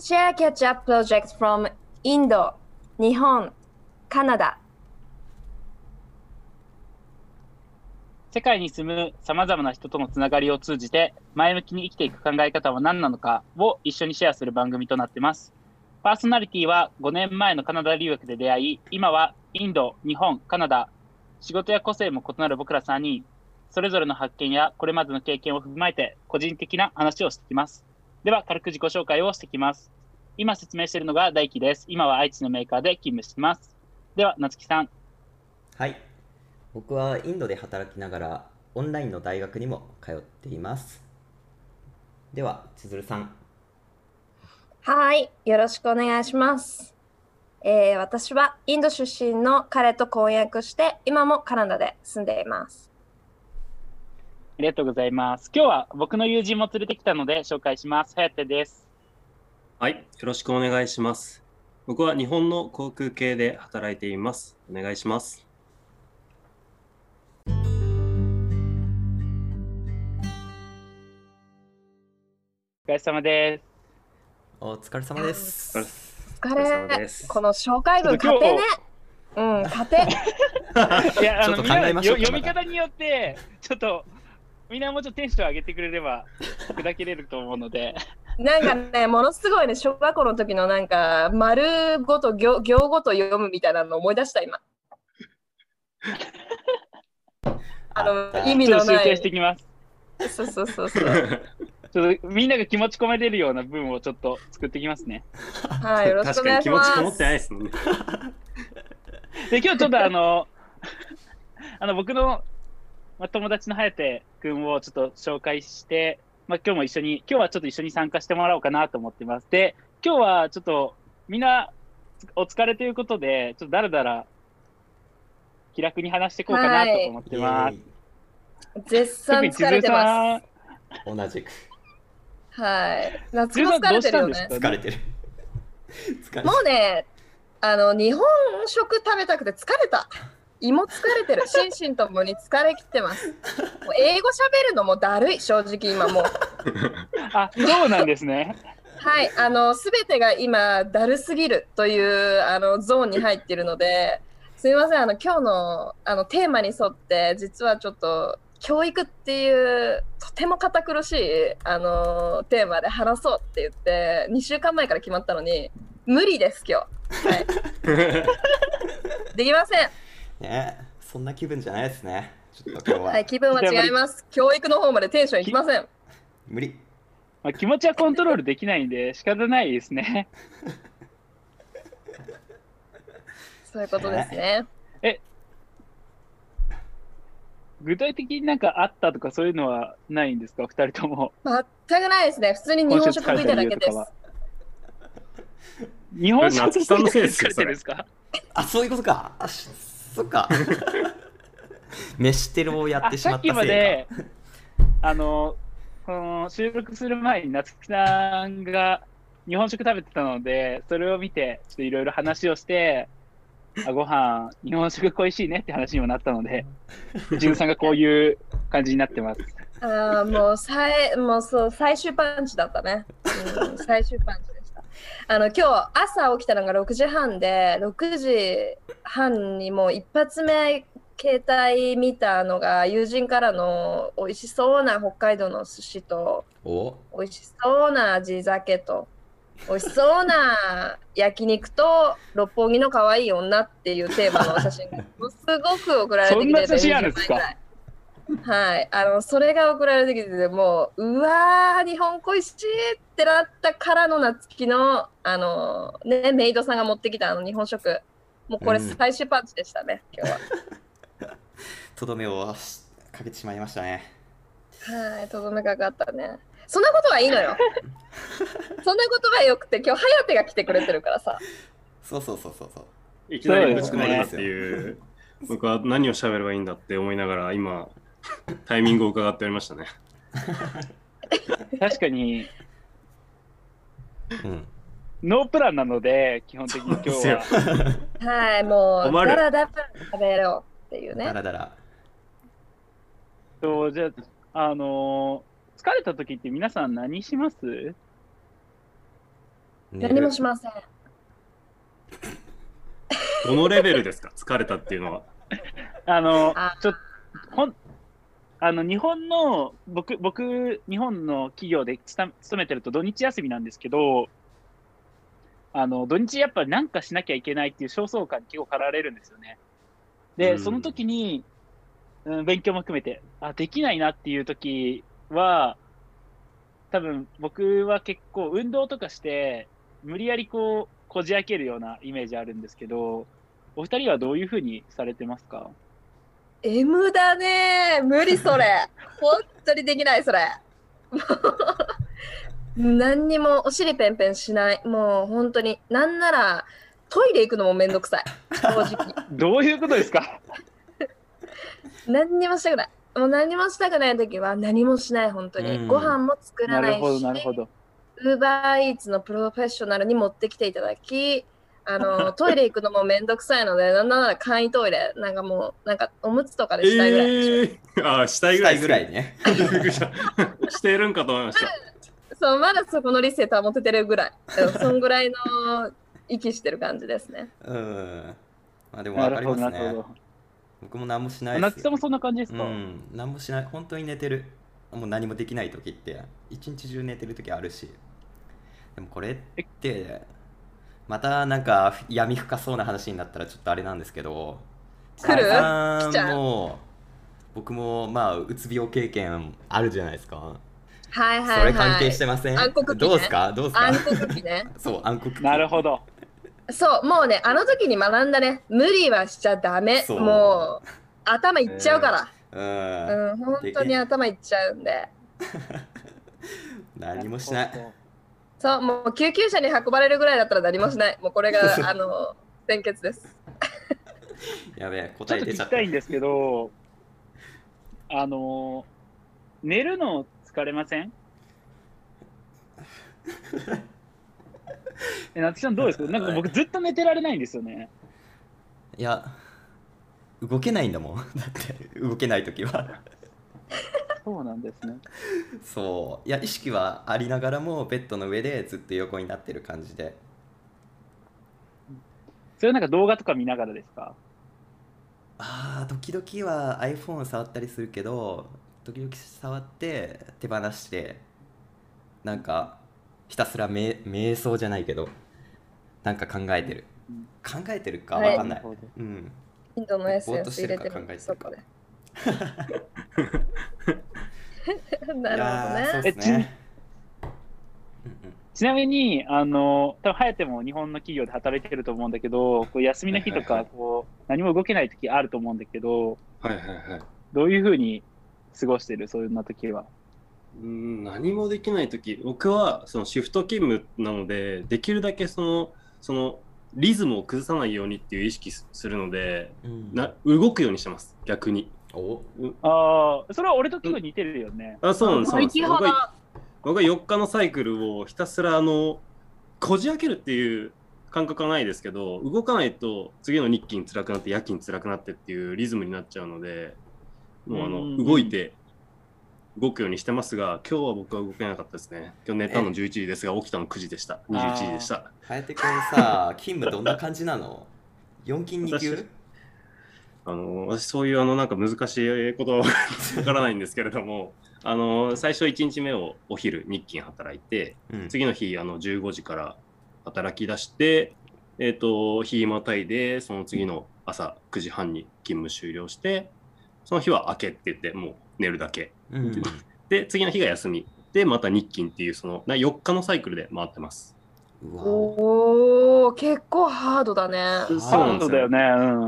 Share catch up project from インド、日本、カナダ。世界に住む様々な人とのつながりを通じて、前向きに生きていく考え方は何なのかを一緒にシェアする番組となってます。パーソナリティは5年前のカナダ留学で出会い、今はインド、日本、カナダ、仕事や個性も異なる僕ら3人、それぞれの発見やこれまでの経験を踏まえて、個人的な話をしてきます。では、軽く自己紹介をしてきます。今説明しているのが大輝です。今は愛知のメーカーで勤務しています。では、夏樹さん、はい僕はインドで働きながらオンラインの大学にも通っていますでは千鶴さんはい、よろしくお願いします。えー私はインド出身の彼と婚約して、今もカナダで住んでいます。ありがとうございます。今日は僕の友人も連れてきたので紹介します。はやてです。はい、よろしくお願いします。僕は日本の航空系で働いています。お願いします。お疲れ様でお疲れ様ですお疲れ様お疲お疲れ様れ。です。この紹介文、ちょ勝っとて今ね。うん、勝て。 す。いや ちょっと考えましょうかみんなよ読みまだ方によって、ちょっと、みんなもうちょっとテンション上げてくれれば、砕けれると思うので、なんかね、ものすごいね、小学校の時のなんか、丸ごと行行ごと読むみたいなの思い出した、今。ああったの、意味ちょっのと修な正いして。いきます。そうそうそうそう。ちょっとみんなが気持ち込めれるような文をちょっと作っていきますね。はい、よろしくお確か願いしに気ま持す。ちこもってないです もんね。で、今日ちょっとあの、 あの僕の、まあ、友達のはやてくんをちょっと紹介して、まあ、今日も一緒に、今日はちょっと一緒に参加してもらおうかなと思ってます。で、今日はちょっとみんなお疲れということで、ちょっとだらだら気楽に話していこうかなと思ってます。イエーイ絶賛特に千疲れ鶴てさまん、同じくす。はい。夏鶴もさん疲どれうてしるたよんでね。すか、疲ねれてる 疲れてるもうね、あの、日本食食べたくて疲れた。胃も疲れてる。心身ともに疲れきってます。もう英語喋るのもだるい、正直今もう。あ、そうなんですね。はい、あの、すべてが今、だるすぎるという、あの、ゾーンに入っているので、すみません、あの、今日の、あの、テーマに沿って、実はちょっと、教育っていう、とても堅苦しい、あの、テーマで話そうって言って、2週間前から決まったのに、無理です、今日。はい、できません。ねそんな気分じゃないですねちょっと今日は、はい、気分は違います。教育の方までテンションいきません。無理まあ、気持ちはコントロールできないんで仕方ないですね。そういうことですね。具体的になんかあったとかそういうのはないんですか、二人とも。全くないですね。普通に日本食食いただけです。日本食夏木さんのせいですよ食べてるんですかあそういうことかあしそっか 飯テロをやっあてしまさっっきたませいで、あの、この収録する前に夏木さんが日本食食べてたので、それを見て、ちょっといろいろ話をして、あご飯日本食恋しいねって話にもなったので、じゅんさんがこういう感じになってます。ああ、もう、さい、もう、そう、最終パンチだったね。うん、最終パンチでした。あの、今日、朝起きたのが6時半で、6時半にもう一発目、携帯見たのが、友人からの美味しそうな北海道の寿司と、かお美味しそうな地酒と、美味しそうな焼肉と、六本木の可愛い女っていうテーマの写真が、ものすごく送られてきてそんな写真あるんですか20枚ぐらいはい、あのそれが送られてきててもううわー日本恋しいってなったからの夏希のあのねメイドさんが持ってきたあの日本食もうこれうん最終パンチでしたね、今日はとどめをしかけてしまいましたねはい、とどめかかったね。そんなことはいいのよ。そんなことはよくて、今日、ハヤテが来てくれてるからさ。そうそうそうそうそういきなそりうでぶすちね込まれたっていう、僕は何を喋ればいいんだって思いながら、今、タイミングを伺っておりましたね。確かに、うんノープランなので、基本的に今日そうなんはで。はい、もう、困るだらだら食べようっていうだね。らだらそうじゃあ、あのー疲れた時って皆さん何します寝る何もしません。どのレベルですか疲れたっていうのは。あのあ、ちょほんあの日本の僕、僕、日本の企業でつた勤めてると土日休みなんですけど、あの土日やっぱなんかしなきゃいけないっていう焦燥感に結構駆られるんですよね。で、うんその時に、うん、勉強も含めて、あ、できないなっていう時は、多分僕は結構運動とかして、無理やりこう、こじ開けるようなイメージあるんですけど、お二人はどういうふうにされてますか M だね無理そ れ本当にできないそれもう何にもお尻ペンペンしないもう本当になんならトイレ行くのもめんどくさい正 直どういうことです か何にもしたくないもう何にもしたくない時は何もしない本当に、うんご飯も作らなないるしほど、なるほど。ウーバーイーツのプロフェッショナルに持ってきていただき、あの トイレ行くのもめんどくさいので、なんなら簡易トイレ、なんかもう、なんかおむつとかでしたいぐらい。えー、ああ、 したいしぐたらいい。ぐらいね。びっくりした。してるんかと思いました。そう、まだそこの理性保ててるぐらい。うんそんぐらいの息してる感じですね。うん。まあでもな分かるりほど、なまするほねど。。僕も何もしないで夏すさんよも。そんな感じですうか、ん。何もしない。本当に寝てる。もう何もできない時って、一日中寝てる時あるし。でもこれって、またなんか闇深そうな話になったらちょっとあれなんですけど、来るさん来ちゃうも僕もまあうつ病経験あるじゃないですか。はいはいはい。それ関係してません。暗黒期ねどうですかどうですか暗黒期ね。そう暗黒期なるほど。そう、もうね、あの時に学んだね、無理はしちゃダメ。そうもう、頭いっちゃうから。うん、うん、本当に頭いっちゃうんで。何もしない。そう、もう救急車に運ばれるぐらいだったら何もしない。もうこれ が、あの、先決です。やべえ、ちょ答っえと聞出ちゃきったた。いんですけど、あのー、寝るの疲れません え、夏さんどうですかなんか僕ずっと寝てられないんですよね。いや、動けないんだもん。だ って、動けないときは。 そうなんですね。そう。いや、意識はありながらも、ベッドの上でずっと横になってる感じで。それはなんか動画とか見ながらですかああ、時々は iPhone 触ったりするけど、時々触って手放して、なんか、ひたすらめ瞑想じゃないけど、なんか考えてるうん。考えてるかはいわかんない。るほどうん。インドのエッセぼーっンとスし入てれるてかる考えてるそこかで。 なるいやーそほどうね。ですね。うんうんちなみに、あの、多分ハヤテも日本の企業で働いてると思うんだけど、こう休みの日とはいか、はこう、何も動けない時あると思うんだけど、はいはい はい。どういうふうに過ごしてる、そんな時は。うん何もできない時僕はそのシフト勤務なのでできるだけそのそのリズムを崩さないようにっていう意識すするのでうんな動くようにしてます逆におああ、それは俺と結構似てるよね。あそうなんですそうなんです生き僕肌は僕は4日のサイクルをひたすらあのこじ開けるっていう感覚はないですけど動かないと次の日勤辛くなって夜勤辛くなってっていうリズムになっちゃうのでもうあうのん動いて動くようにしてますが今日は僕は動けなかったですね今日寝たの11時ですが起きたの9時でした21時でした颯くんさ、勤務どんな感じなの ?4 勤2級私あの私そういうあのなんか難しいことはわからないんですけれどもあの最初1日目をお昼日勤働いてうん次の日あの15時から働き出して、えっと日またいでその次の朝9時半に勤務終了してその日は明けって言ってもう寝るだけうんで次の日が休みでまた日勤っていうそのな4日のサイクルで回ってますうわおお、結構ハードだね。そうなんハードだよね。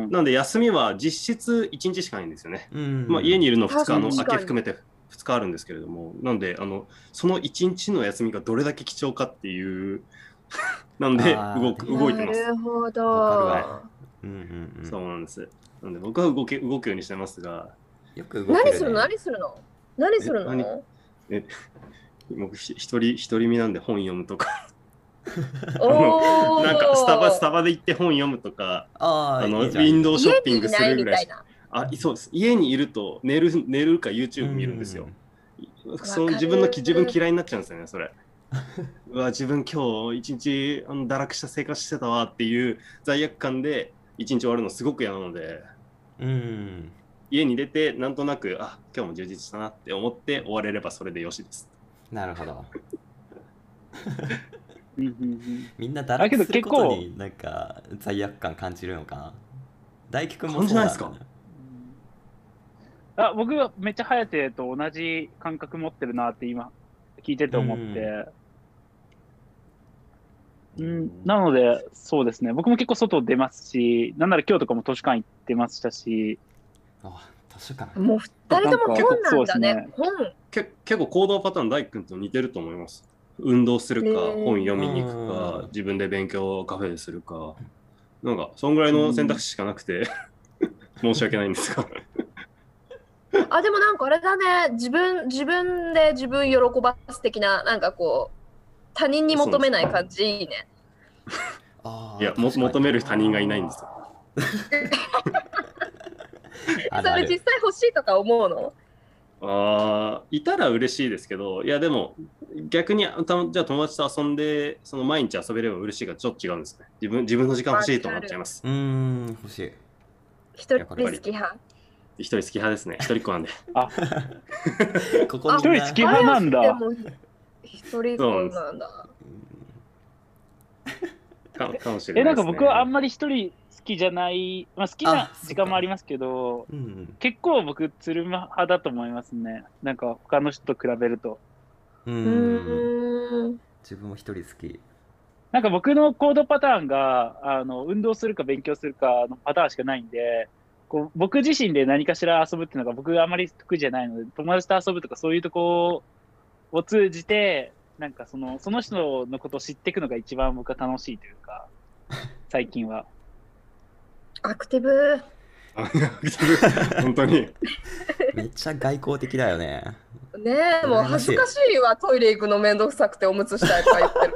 うん。なんで休みは実質1日しかないんですよね、うんまあ、家にいるの2日あの確かに明け含めて2日あるんですけれどもなんであのその1日の休みがどれだけ貴重かっていう なんであー動く動いてますなるほわかど。うんうんうんそうなんです。なんで僕は動け動くようにしてますが、よく動ける、ね、何するの何するの何するえの僕ひ一人一人身なんで本読むとか、おお。 なんかスタバスタバで行って本読むとか、あああのウいいじゃんィンドウショッ家ピンにいグすないるみぐたらいい。な。あ、そうです。家にいると寝る寝るか YouTube 見るんですよ。その自分のきわか自る分嫌いになっちゃうんですよね、それ。うわ自分今日一日あの堕落した生活してたわっていう罪悪感で一日終わるのすごく嫌なのでうん家に出てなんとなくあ今日も充実したなって思って終われればそれでよしですなるほどうんうんうんみんな堕だけど落するこ結と構になんか罪悪感感じるのかな大輝くんも感じないそうっすだねあ僕はめっちゃ颯と同じ感覚持ってるなって今聞いてて思って、うんなのでそうですね僕も結構外出ますしなんなら今日とかも図書館行ってましたしあ図書館もう二人とも本なんだね。なん本。け結構行動パターン大工君と似てると思います運動するか、へー本読みに行くうかん自分で勉強をカフェでするかなんかそんぐらいの選択肢しかな くて申し訳ないんですがあ、でもなんかあれだね。自分、自分で自分喜ばす的な、なんかこう、他人に求めない感じいいね。あーいやも確かに求める他人がいないんですよあそるあれる実際欲しいとか思うのあーいたら嬉しいですけどいやでも逆にたじゃあ友達と遊んでその毎日遊べれば嬉しいがちょっと違うんですね自分自分の時間欲しいと思っちゃいますうーん欲しい一人やっぱ好りき派。一人好き派ですね一人っ子なんでここ一に人好き派なんだでも一人っ子なんだ。かかもしれなえいです、ね、なんか僕はあんまり一人好きじゃない、まあ、好きあなそっか時間もありますけどうん結構僕鶴間派だと思いますねなんか他の人と比べるとううんーん。自分も一人好きなんか僕の行動パターンがあの運動するか勉強するかのパターンしかないんでこう僕自身で何かしら遊ぶっていうのが僕あまり得意じゃないので友達と遊ぶとかそういうとこを通じてなんかそのその人のことを知っていくのが一番僕は楽しいという か最近は。アクティブ。あいや 本当にめっちゃ外交的だよねねえ、もう恥ずかしいわ。トイレ行くのめんどくさくておむつしたいとか言ってる。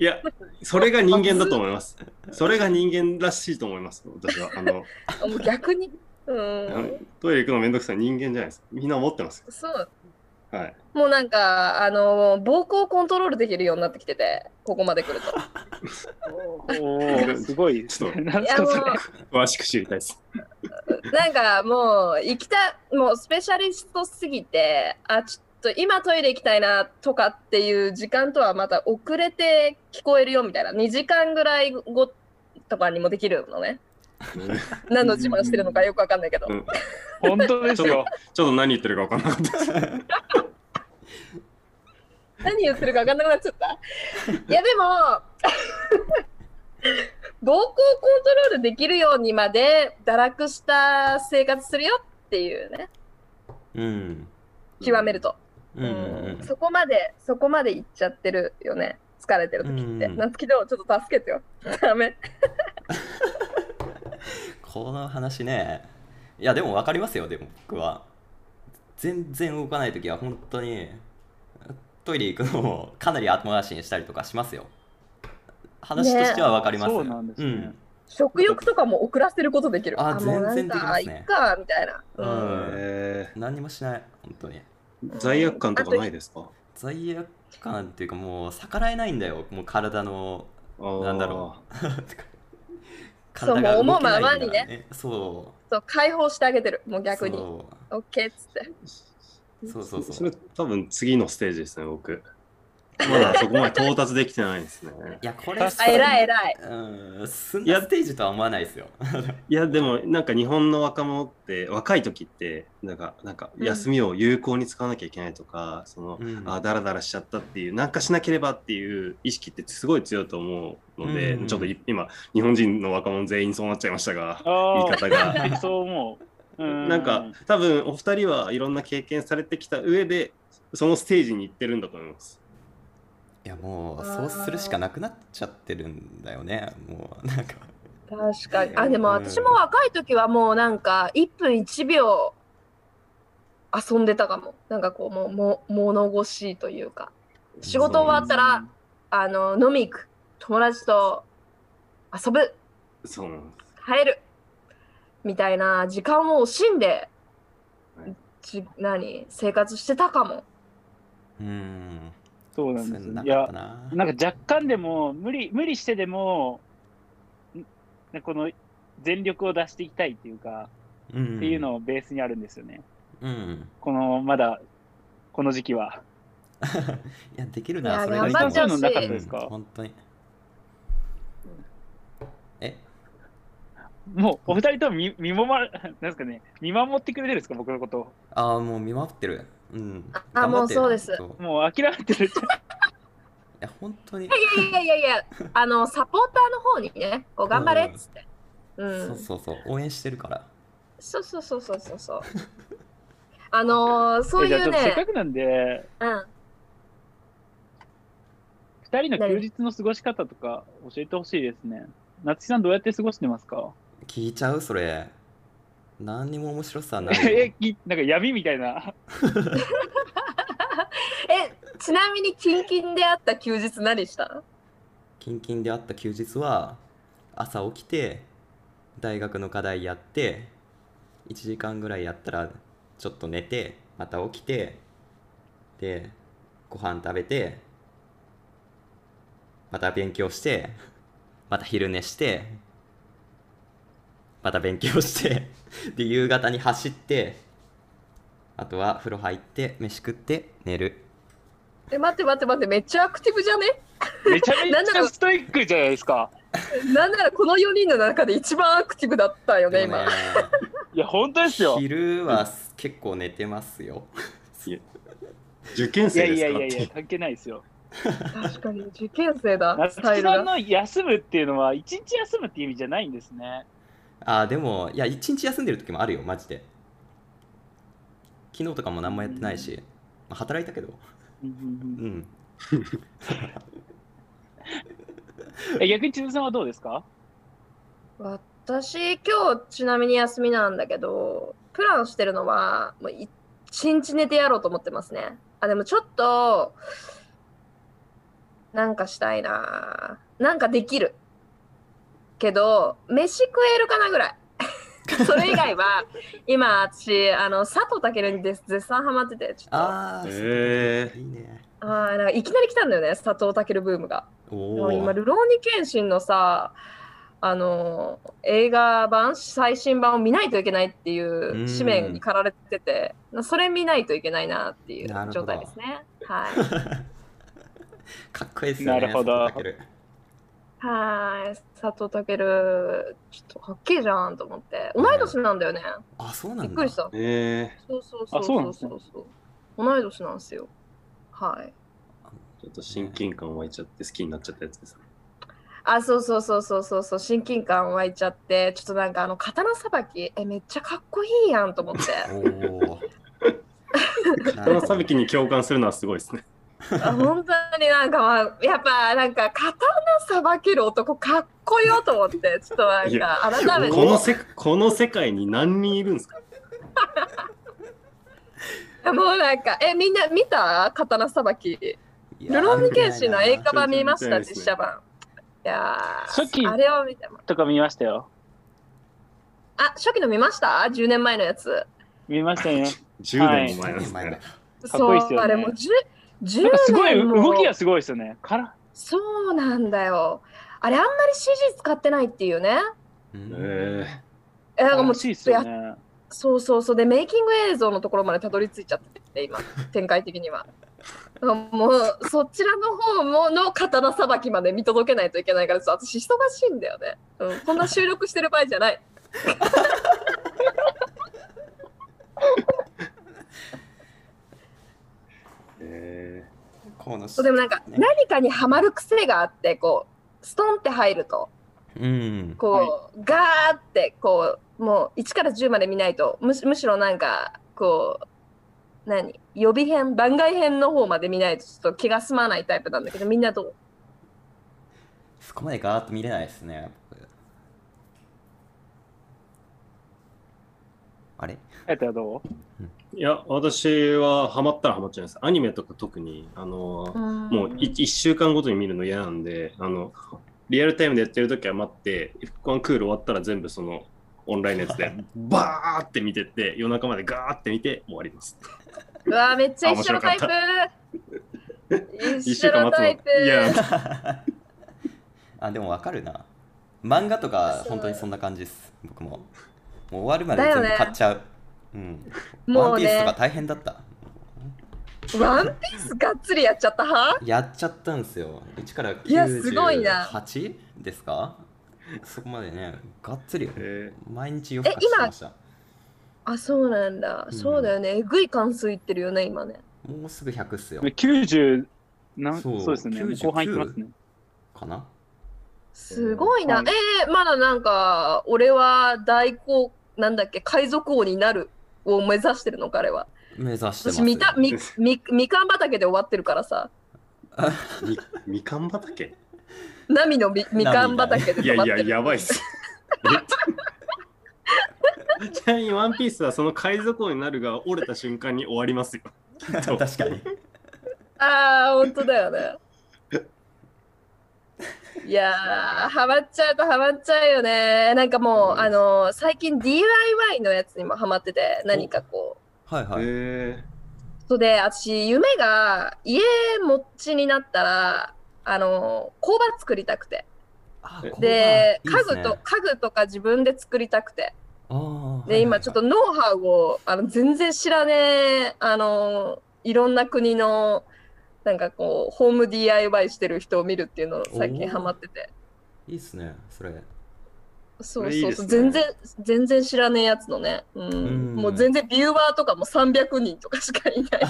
いやそれが人間だと思いますそれが人間らしいと思います私はあ のあ もう逆に。うあん。のトイレ行くのめんどくさい人間じゃないですみんな思ってますそう。はいもうなんか、あの、膀胱コントロールできるようになってきてて、ここまで来ると。おーすごい。ちょっとなんいすや、もかうそれ、詳しく知りたいですなんかもう、行きた、もうスペシャリストすぎて、あ、ちょっと今トイレ行きたいなとかっていう時間とはまた遅れて聞こえるよみたいな、2時間ぐらい後とかにもできるの ね。何の自慢してるのかよくわかんないけどう。ん本当でちすょっとちょよっ。と何言ってるか分かんなかったです 何言ってるか分かんなくなっちゃった。 いやでも膀胱コントロールできるようにまで堕落した生活するよっていうねうん極めると、うんうんそこまでそこまでいっちゃってるよね疲れてる時って、うん夏希どうちょっと助けてよ ダメこの話ねいやでも分かりますよでも僕は全然動かない時は本当にトイレ行くのも かなり後回しにしたりとかしますよ話としては分かりますよねそうなんですねうん食欲とかも遅らせることできるあもうなん全然できまかすねいっかみたいな、うんえ何にもしない本当にー罪悪感とかないですか罪悪感っていうかもう逆らえないんだよもう体のなんだろ そう体が動けないんだからもう思うままにねそそう解放してあげてるもうう逆にそ OK っつってうそうそうそうそれ多分次のステージですね 僕まだそこまで到達できてないですねいやこれ確あ偉いい偉いうんすんいなやステージとは思わないですよいやでもなんか日本の若者って若い時ってなんかなんかうん休みを有効に使わなきゃいけないとか、そのうんあダラダラしちゃったっていうなんかしなければっていう意識ってすごい強いと思うので、うんちょっとい今日本人の若者全員そうなっちゃいましたが言いあ方があ、そう思 う。うんなんか多分お二人はいろんな経験されてきた上でそのステージに行ってるんだと思います。いやもうあそうーするしかなくなっちゃってるんだよねもうなんか確かに。あ、でもうん私も若い時はもうなんか1分1秒遊んでたかも。なんかこうもうも物腰というか。仕事終わったらあの飲み行く。友達と遊ぶ。そうなんです帰る。みたいな時間を惜しんではい、ち何生活してたかも。うーんそうなそんうでいすうよのいなやかったななんか若干でも無理無理してでもんなんかこの全力を出していきたいっていうか、うんっていうのをベースにあるんですよねうんこのまだこの時期は。いやできるいなやそれがいい頑張っちゃう思のなかったですうかん、本当にえもうお二人とも見見守らなんですかね見守ってくれてるんですか僕のことをああもう見守ってるうんあ頑張ってるもうそうです本当いもう諦めてるや本当にいやいやいやいや、あの、サポーターの方にね、こう頑張れっつって。うん。そうそうそう応援してるからそうそうそうそうそうそう。あのー、そういえじゃあちうょっとせっねか、くなんでうん。二人の休日の過ごし方とか教えてほしいですね夏希さんどうやって過ごしてますか聞いちゃうそれ何にも面白さないよ えきなんか闇みた いなえ、ちなみにキンキンであった休日何したのキンキンであった休日は朝起きて大学の課題やって1時間ぐらいやったらちょっと寝てまた起きてでご飯食べてまた勉強して また昼寝してまた勉強して で夕方に走ってあとは風呂入って飯食って寝るえ、待って待って待って、めっちゃアクティブじゃねめちゃめなんちだろうゃストイックじゃないですか。なんならこの4人の中で一番アクティブだったよね、でも今。ねいや、本当ですよ。昼はす結構寝てますよ。受験いや生いやでいすかやいや、関係ないですよ。確かに、受験生だ、夏スタイ希ルさが。んの休むっていうのは、一日休むっていう意味じゃないんですね。あーでも、いや、一日休んでる時もあるよ、マジで。昨日とかも何もやってないし、まあ、働いたけど、うんううんん。うんえ逆に千鶴さんはどうですか私、今日、ちなみに休みなんだけど、プランしてるのは、もう一日寝てやろうと思ってますね。あ、でもちょっと、なんかしたいな。なんかできる。けど、飯食えるかなぐらい。 それ以外は、今、私、あの、佐藤健に絶絶賛ハマってて、ちょっと。あー、えいいね。あーなんかいきなり来たんだよね佐藤健ブームが。おもう今「お。ルローニケンシン」のさあのー映画版最新版を見ないといけないっていう使命に駆られててそれ見ないといけないなっていうなるほど状態ですね。はい かっこいいですよね。なるほど佐藤健はい佐藤健ちょっとかっけえじゃんと思って同い年なんだよね、あ、そうなんだ。びっくりしたー、えそうそうそうあそうなんそうですそねうそう同い年なんですよはいー、ちょっと親近感湧いちゃって好きになっちゃったやつですね。あ、そうそうそうそうそうそう、親近感湧いちゃって、ちょっとなんかあの刀さばき、え、めっちゃかっこいいやんと思って。お お。このさびきに共感するのはすごいですね。あ本当になんか、まあ、やっぱなんか刀さばける男かっこよと思って、ちょっとなんいやか改めこのて。せこの世界に何人いるんですかもうなんか、え、みんな見た刀さばき。ルローニケンシンの映画版見ました、見てないですね実写版。いやー初期あれを見ても。とか見ましたよ。あ、初期の見ました ?10 年前のやつ。見ましたよ。 ?10 はい年も前なんです前ねだ。。かっこいいっすそよねう、あれもう10、10なんかすごい年も動きがすごいですよね。からそうなんだよ。あれあんまり CG 使ってないっていうね。うんええなんかもう楽ちしいょっっとやすよね。そうそうそうでメイキング映像のところまでたどり着いちゃってて 今展開的には。もうそちらの方もの刀さばきまで見届けないといけないからちょっと私忙しいんだよね、うん、こんな収録してる場合じゃない ー、えこのそうでもなんか何かにはまる癖があってこうストンって入るとうん。こう、ガーってこうもう1から10まで見ないとむしむしろなんかこう何予備編番外編の方まで見ないとちょっと気が済まないタイプなんだけどみんなどうそこまでガーッと見れないですね。僕あれ えっとどうーいや、私はハマったらハマっちゃいます。アニメとか特に、あのーもう 1, 週間ごとに見るの嫌なんで、あの、リアルタイムでやってるときは待って、F1 クール終わったら全部そのオンラインのやつ で、バーって見てって、夜中までガーって見て終わります。うわーめっちゃ一緒のタイプあ面白一一緒週間のタイ待プつの。いや、あでもわかるな漫画とかそう本当にそんな感じです僕ももう終わるまでだよ全ね部買っちゃう、うんもワうンピースねとか大変だったワンピースがっつりやっちゃった派やっちゃったんですよ1からいやすごいな98ですかそこまでねがっつりえ毎日夜更えかし今てましたあそうなんだ、うんそうだよねえぐい関数いってるよね今ねもうすぐ100っすよ90なんそそううですね99後半いきますねかなすごいな、うんえーまだなんか俺は大公なんだっけ海賊王になるを目指してるの彼は目指してます私みたみみみかん畑で終わってるからさーみみかん畑波のみみかん畑でい止まやっていや、るやばいっす。 えちなみに、ワンピースはその海賊王になるが折れた瞬間に終わりますよ。 確かにああ本当だよ ねいやーハマっちゃうとハマっちゃうよねなんかもう、うんあのー最近 DIY のやつにもハマってて何かこうはいはい、えそうで私夢が家持ちになったらあのー工場作りたくてあでこうだでいいっ家す具ねと家具とか自分で作りたくてあーはいはいはでい今ちょっとノウハウをあの全然知らねえあのいろんな国のなんかこうホーム DIY してる人を見るっていうのを最お近ーハマってていいっすねそれそそうれいいそうでそすう、ね全然全然知らねえやつのね、うんんもう全然ビューワーとかも300人とかしかいない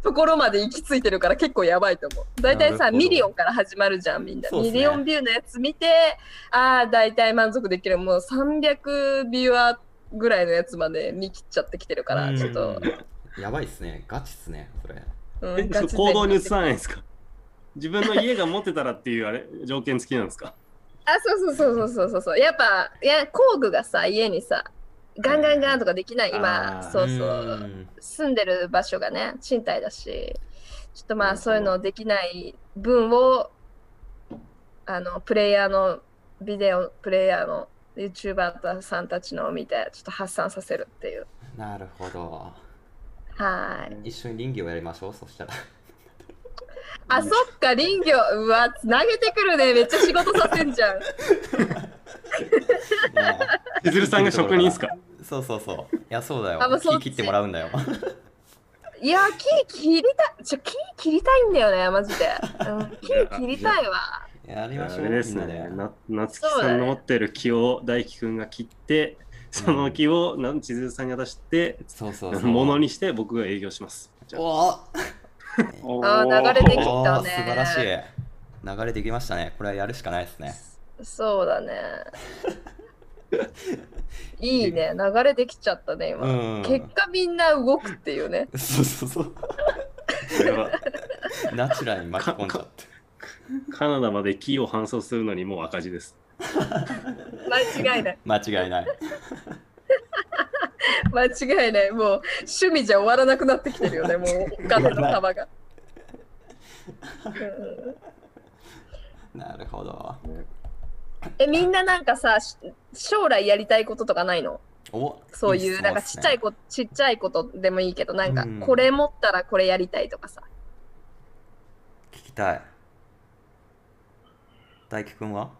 ところまで行き着いてるから結構やばいと思う大体なさるほどミリオンから始まるじゃんみんな、そうっすミねリオンビューのやつ見てああ大体満足できるもう300ビューワーぐらいのやつまで見切っちゃってきてる からうんちょっと、やばいっすねガチっすねそれうんー、えガチ勢行動に移さないんですか自分の家が持ってたらっていうあれ条件付きなんですかあそうそうそうそうそうそうそうやっぱいや工具がさ家にさガンガンガンとかできない今あーそうそううん住んでる場所がね賃貸だしちょっとまうあんそういうのできない分をあのプレイヤーのビデオプレイヤーの YouTuber さんたちのを見てちょっと発散させるっていうなるほどはーい一緒に林業やりましょうそ したらあそっか林業うわつなげてくるねめっちゃ仕事させんじゃん千鶴さんが職人っすかそうそうそういやそうだよあもうそっ木ち切ってもらうんだよいや木切りたいちょ木切りたいんだよねマジで、うん、木切りたいわやりましあょうれですみんなねでな夏木さんの持ってる木を大輝くんが切ってその木をなん千鶴さんに渡してそうそうそうものにして僕が営業しますじゃあおーおあー流れてきーたおーね素晴らしい流れてきましたねこれはやるしかないですねそうだね。いいね、流れできちゃったね、今。うん結果みんな動くっていうね。そうそうそうこれはナチュラルに巻き込んじゃってカナダまで木を搬送するのにもう赤字です間違いない。間違いない間違いない。もう趣味じゃ終わらなくなってきてるよね、もうお金の幅が。うんなるほどえ、みんななんかさ、し将来やりたいこととかないのおそういう、なんかちっちゃい子こちっちゃいことでもいいけど、なんかうんこれ持ったらこれやりたいとかさ。聞きたい大輝くんは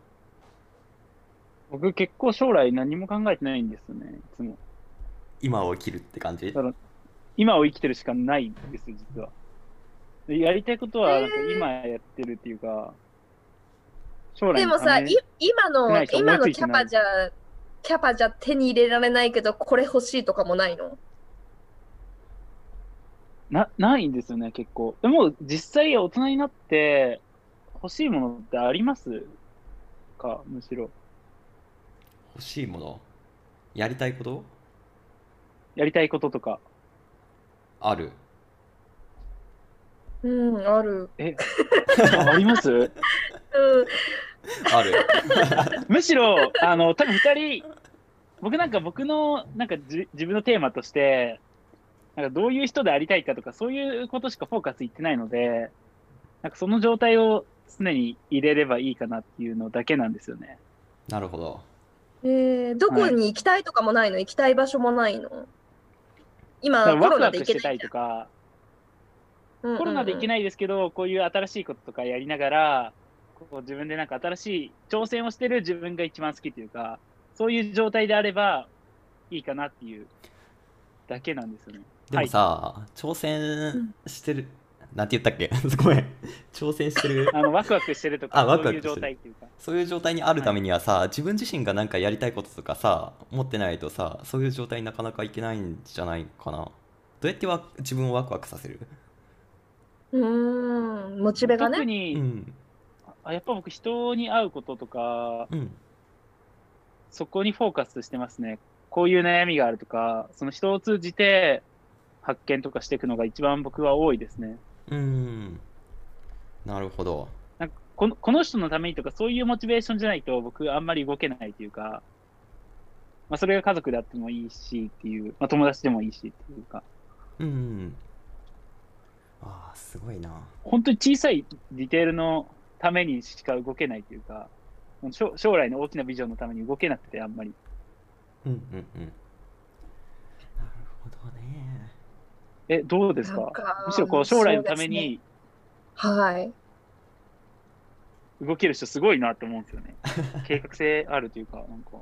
僕結構将来何も考えてないんですよねいつも今を生きるって感じだから今を生きてるしかないんですよ実はでやりたいことはなんか今やってるっていうか将来でもさ、のためい今なのいし今の思いつキいャてないパじゃキャパじゃ手に入れられないけどこれ欲しいとかもないのなないんですよね結構でも実際大人になって欲しいものってありますかむしろ欲しいものやりたいことやりたいこととかあ るうんある、え あありますうあるむしろあの多分2人僕なんか僕のなんかじ自分のテーマとしてなんかどういう人でありたいかとかそういうことしかフォーカスいってないのでなんかその状態を常に入れればいいかなっていうのだけなんですよねなるほどんえーどこに行きたいとかもないの、行きたい場所もないの今だからコワロクナワでク行けしてなたいりじとかココロナでいけい。ないですけど、こういう新しいこととかやりながら、こう自分でなんか新しい挑戦をしてる自分が一番好きというか、そういう状態であればいいかなっていうだけなんですよね。でもさ、挑戦してる、なんて言ったっけ ごめん。挑戦して る、あのワクワクしてるとか、あワクそワういクうしてる状態っていうか。そういう状態にあるためにはさ、自分自身がなんかやりたいこととかさ、持ってないとさ、そういう状態になかなかいけないんじゃないかな。どうやってわ自分をワクワクさせるうーん、モチベが特ね。うに、ん、あやっぱ僕人に会うこととか、うん、そこにフォーカスしてますね。こういう悩みがあるとか、その人を通じて発見とかしていくのが一番僕は多いですね。うん。なるほど。なんかこのこの人のためにとか、そういうモチベーションじゃないと、僕、あんまり動けないというか、まあ、それが家族であってもいいしっていう、まあ、友達でもいいしっていうか、うんうん。ああ、すごいな。本当に小さいディテールのためにしか動けないというか、もう将将来の大きなビジョンのために動けなくて、あんまり。うんうんうん。なるほどね。え、どうですかなんかむしろこう将来のためにはい。動ける人、すごいなって思うんですよね。 計画性あるというか、なんか。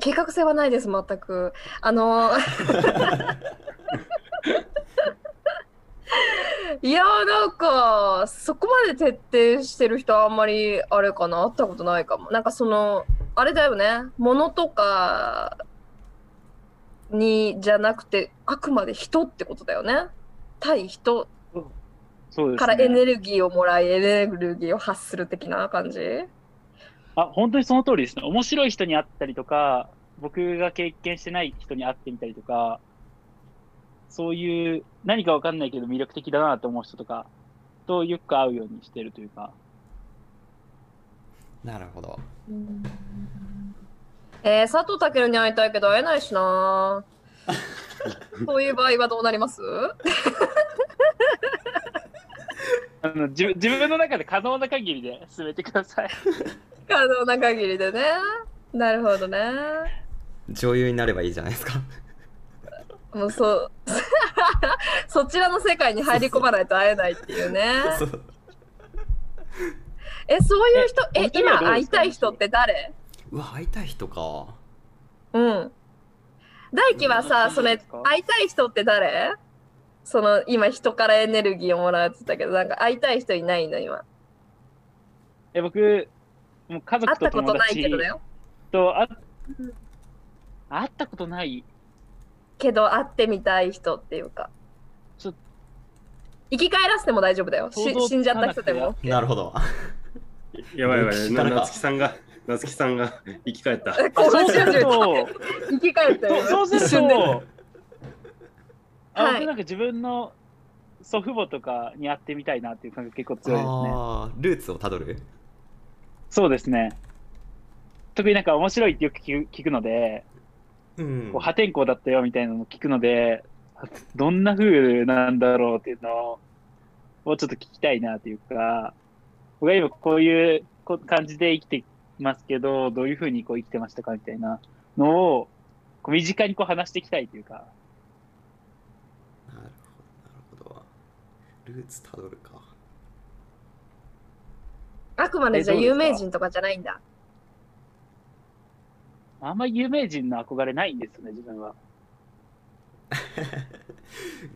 計画性はないです、全く。あ の、いやーなんかそこまで徹底してる人はあんまりあれかな会ったことないかもなんかそのあれだよね物とかにじゃなくてあくまで人ってことだよね対人そうですかねらエネルギーをもらいエネルギーを発する的な感じあ、本当にその通りですね。面白い人に会ったりとか、僕が経験してない人に会ってみたりとか、そういう何かわかんないけど魅力的だなと思う人とかとよく会うようにしてるというか、なるほど。えー、佐藤健に会いたいけど会えないし なそういう場合はどうなりますあの自分自分の中で可能な限りで進めてください。可能な限りでね。なるほどね。女優になればいいじゃないですか。もうそう。 そちらの世界に入り込まないと会えないっていうね。そうえ、そういう人、ええお、二人は今どう会でいすかたい人って誰うわ、会いたい人か。うん。大輝はさ、 それ、会いたい人って誰その、今人からエネルギーをもらうって言ったけど、なんか会いたい人いないの今。え僕、もう家会族っとたこ友とない達けどだよ。とあうん会ったことない。けど会ってみたい人っていうか。ちょ生き返らせても大丈夫だよ。し想像つかなくて死んじゃった人でも OK。なるほど。やばいやばい、からなか夏木さんが、夏木さんが生き返 った。あ興そ奮うしす始めるたと、生き返ったよ。そうそうす ると、あはい僕なんか自分の祖父母とかに会ってみたいなっていう感覚結構強いですね。ああ、ルーツをたどる。そうですね。特になんか面白いってよく聞く聞くので、うんこう破天荒だったよみたいなのも聞くので、どんな風なんだろうっていうのをちょっと聞きたいなというか、僕は今こういうこ感じで生きてますけど、どういう風にこう生きてましたかみたいなのを、こう身近にこう話していきたいというか、なるほど、なるほど。ルーツたどるか。あくまでじゃあえど有うですか名人とかじゃないんだ。あんまり有名人の憧れないんですよね、自分は。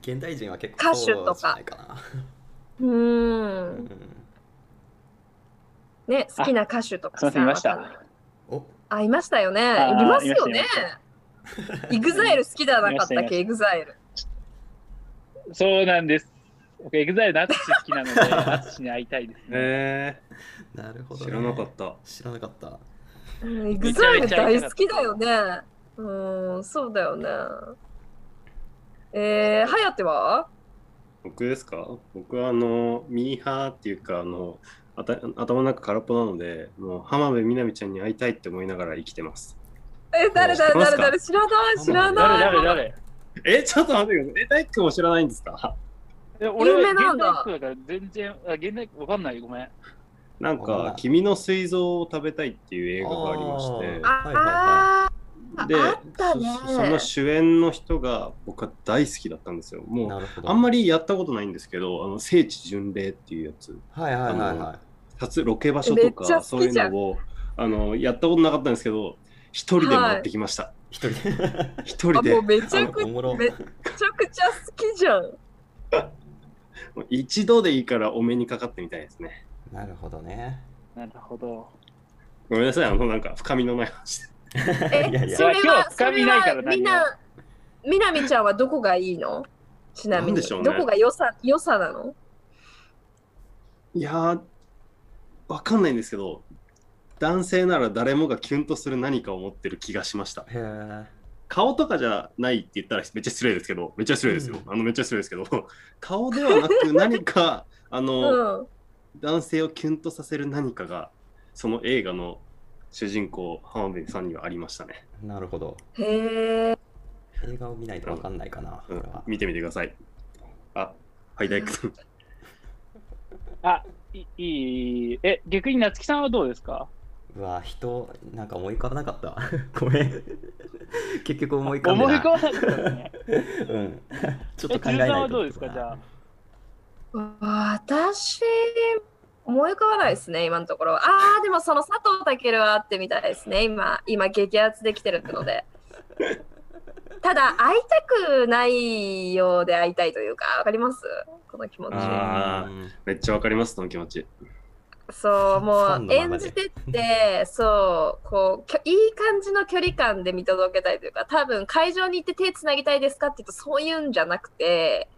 現代人は結歌構手とかそうじゃないかな。うー。うんん、ね、好きな歌手とかすいさ。ません、いましわかんたない。おあ、いましたよね。あーいますよいねま。イグザイル好きじゃなかったっけ、いイグザイル。そうなんです。僕、エグザイルのアツシ好きな ので、アツシに会いたいですね。えなるほー、ど、知ね。らなかった。知らなかった。うんイグめちゃザイめルちゃ会い大たかった好きだよね。うーん、そうだよね。えー、はやては僕ですか僕はあの、ミーハーっていうか、あの、あた頭の中空っぽなので、もう浜辺美波ちゃんに会いたいって思いながら生きてます。え、誰誰誰誰知らない知ら誰ない。誰誰え、ちょっと待ってください。え、大輝くんも知らないんですかえ俺は有名なん現だ代っ子だから全然、あ現代っ子わかんない、ごめん。なんわかんないか、君の膵臓を食べたいっていう映画がありましてああ、あであったねそその主演の人が僕は大好きだったんですよもうなるほど。あんまりやったことないんですけど、あの聖地巡礼っていうやつ、はいはいはいはあい。撮ロケ場所めとっちゃか好そういきうじゃんのをあのやったことなかったんですけど、一人ではい回ってきました。 一人で。一あ人もでうめちゃくおもろ。めめちゃくちゃ好きじゃん。一度でいいからお目にかかってみたいですね。なるほどね。なるほど。ごめんなさい、あのなんか深みのない話で。え、いやいやそれいや今は、日そ深れみないからはみん何な、みなみちゃんはどこがいいのちなみなんに、でしょうねどこが良さ、良さなのいやー、わかんないんですけど、男性なら誰もがキュンとする何かを持ってる気がしました。へえ。顔とかじゃないって言ったらめっちゃ失礼ですけど、めっちゃ失礼ですよ。あのめっちゃ失礼ですけど、顔ではなく何か、あうの、ん。男性をキュンとさせる何かがその映画の主人公浜辺さんにはありましたね、なるほど。へえ。映画を見ないとわかんないかな、こうれんは。見てみてくださいあはい大工さんあ、いいいい。え、逆に夏木さんはどうですかうわ、人、なんか思い浮かばなかった。 ごめん。結局思い浮かんで思いない。浮かばなかったですね。うん。ちょっえ、と辻考えさないんと。はどうですか、じゃあ。私、思い浮かばないですね、今のところ。ああ、でもその佐藤健は会ってみたいですね、今、今、激アツできてるので。ただ、会いたくないようで会いたいというか、わかりますこの気持ち。あうんめっちゃわかりますその気持ちそう、もファうンのまま演でじてって、そう、こうきょ、いい感じの距離感で見届けたいというか、多分会場に行って手つなぎたいですかって言うと、そういうんじゃなくて、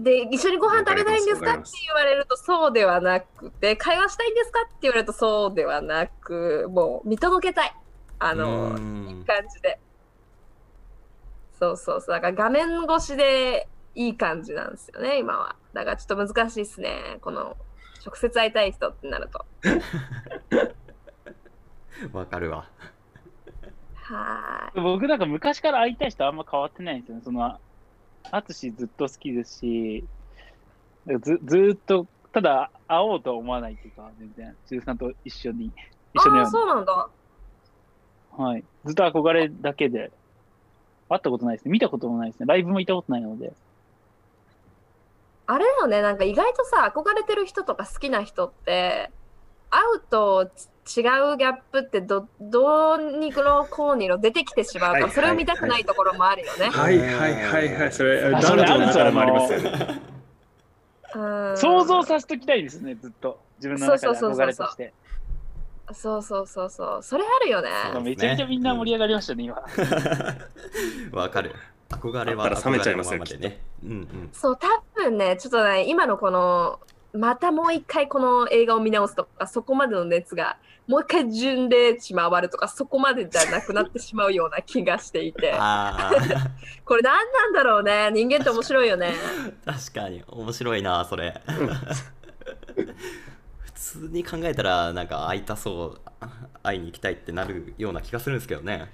で、一緒にご飯食べたいんですかって言われると、そうではなくて、会話したいんですかって言われると、そうではなく、もう見届けたい。あのう、ん感じで。そうそうそう。だから画面越しでいい感じなんですよね、今は。だからちょっと難しいですね。この直接会いたい人ってなると。わかる わ。はーい。僕なんか昔から会いたい人あんま変わってないんですよね。その、淳ずっと好きですし、ずずーっと、ただ会おうとは思わないっていうか、全然、辻さんと一緒に、一緒のあよあ、そうなんだ。うに。はい。ずっと憧れだけで、会ったことないですね。見たこともないですね。ライブも行ったことないので。あれだよね、なんか意外とさ、憧れてる人とか好きな人って、会うとち違うギャップってど、どうにろこうにろ出てきてしまうかはいはら、いそれを見たくないところもあるよね。はいはいはいはいそれうんあダそウれあトのる中とでもありますよねね。うん想像させときたいですね、ずっと。自分の中で憧れとして。そうそうそうそう。それあるよね。そうそうめちゃめちゃみんな盛り上がりましたね、今。わかる。憧れはあったら冷めちゃいます憧れのまよまでね。うんうん。そう、多分ね、ちょっとね、今のこの、またもう一回この映画を見直すとか、そこまでの熱が、もう一回巡礼地回るとか、そこまでじゃなくなってしまうような気がしていて、あこれ何なんだろうね、人間って面白いよね。あ、確かに面白いな、それ。普通に考えたら、なんか会いたそう、あ会いに行きたいってなるような気がするんですけどね。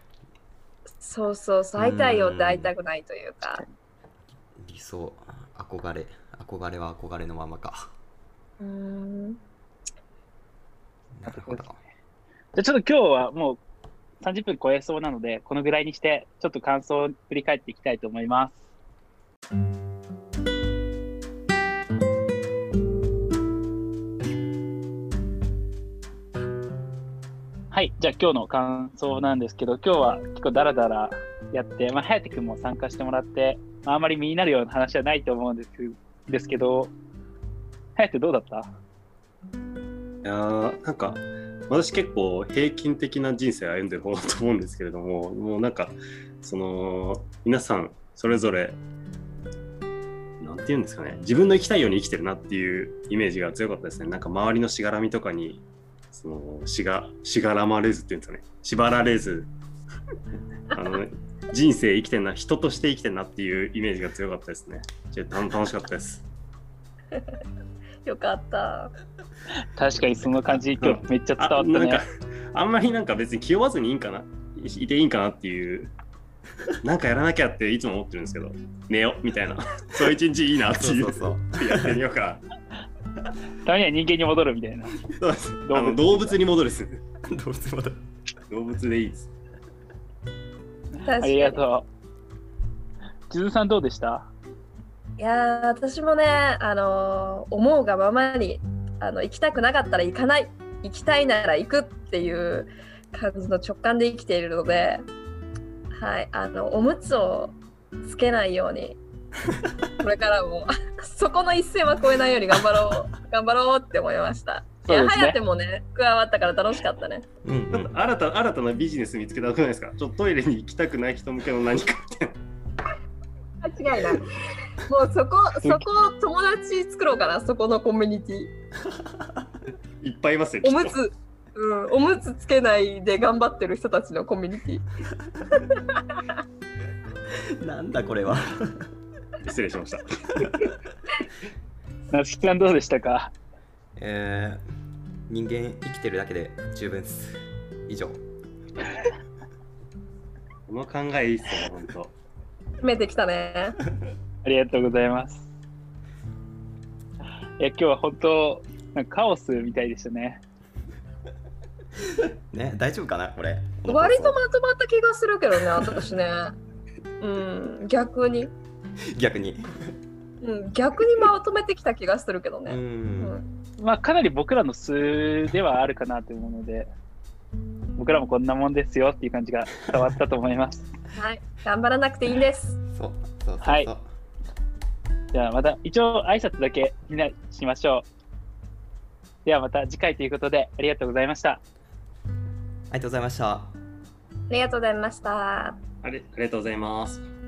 そうそうそう、会いたいよって会いたくないというか。理想、憧れ、憧れは憧れのままか。うーん。なるほじど。ゃあちょっと今日はもう30分超えそうなので、このぐらいにして、ちょっと感想を振り返っていきたいと思います。はい、じゃあ今日の感想なんですけど、今日は結構ダラダラやって、まあ、颯君も参加してもらって、まあ、あんまり身になるような話はないと思うんですですけど、颯どうだったいやーなんか私結構平均的な人生歩んでる方だと思うんですけれどももうなんかその皆さんそれぞれなんて言うんですかね自分の生きたいように生きてるなっていうイメージが強かったですねなんか周りのしがらみとかにそのしがしがらまれずっていうんですかね縛られず あの人生生きてんな人として生きてんなっていうイメージが強かったですねちょっと楽しかったですよかった。確かにその感じ、今日めっちゃ伝わあったなんねか。あんまりなんか別に気負わずにいいんかないいていいんかなっていうなんかやらなきゃっていつも思ってるんですけど寝ようみたいな そういう一日いいなってそういうそうそう。やってみようかたまには人間に戻るみたいな。そうです動物 あの動物に戻るっす動物まで。動物でいいです確あかりにがとう。千鶴さんどうでしたいやー私もね、あのー思うがままにあの行きたくなかったら行かない行きたいなら行くっていう感じの直感で生きているので、はい、あのおむつをつけないようにこれからも そこの一線は越えないように頑張ろう頑張ろうって思いました。いそや、うですねハヤテもね加わったから楽しかったね。うんうちょっんと新た新たなビジネス見つけたくないですかちょっとトイレに行きたくない人向けの何かって。間違いない。もうそこそこ友達作ろうかなそこのコミュニティ。いっぱいいますよ。きおっとむつ、うん、おむつつけないで頑張ってる人たちのコミュニティ。なんだこれは。失礼しま した。なつきさんどうでしたかえー、人間生きてるだけで十分です。以上。この考えいいっすね、本当。詰めてきた ね。ありがとうございます。いや、今日は本当、なんかカオスみたいでしたね。ね、大丈夫かなこれ。割とまとまった気がするけどね、私ね。うん、逆に、逆に。うん、逆にまとめてきた気がするけどう。ね。うんん、まあ、かなり僕らの数ではあるかなと思うので、僕らもこんなもんですよっていう感じが伝わったと思います。 はい、頑張らなくていいんです。そうそうそうそう。はいじゃあまた一応挨拶だけみんなしましょう。ではまた次回ということでありがとうございました。ありがとうございました。ありがとうございました。あれありがとうございます。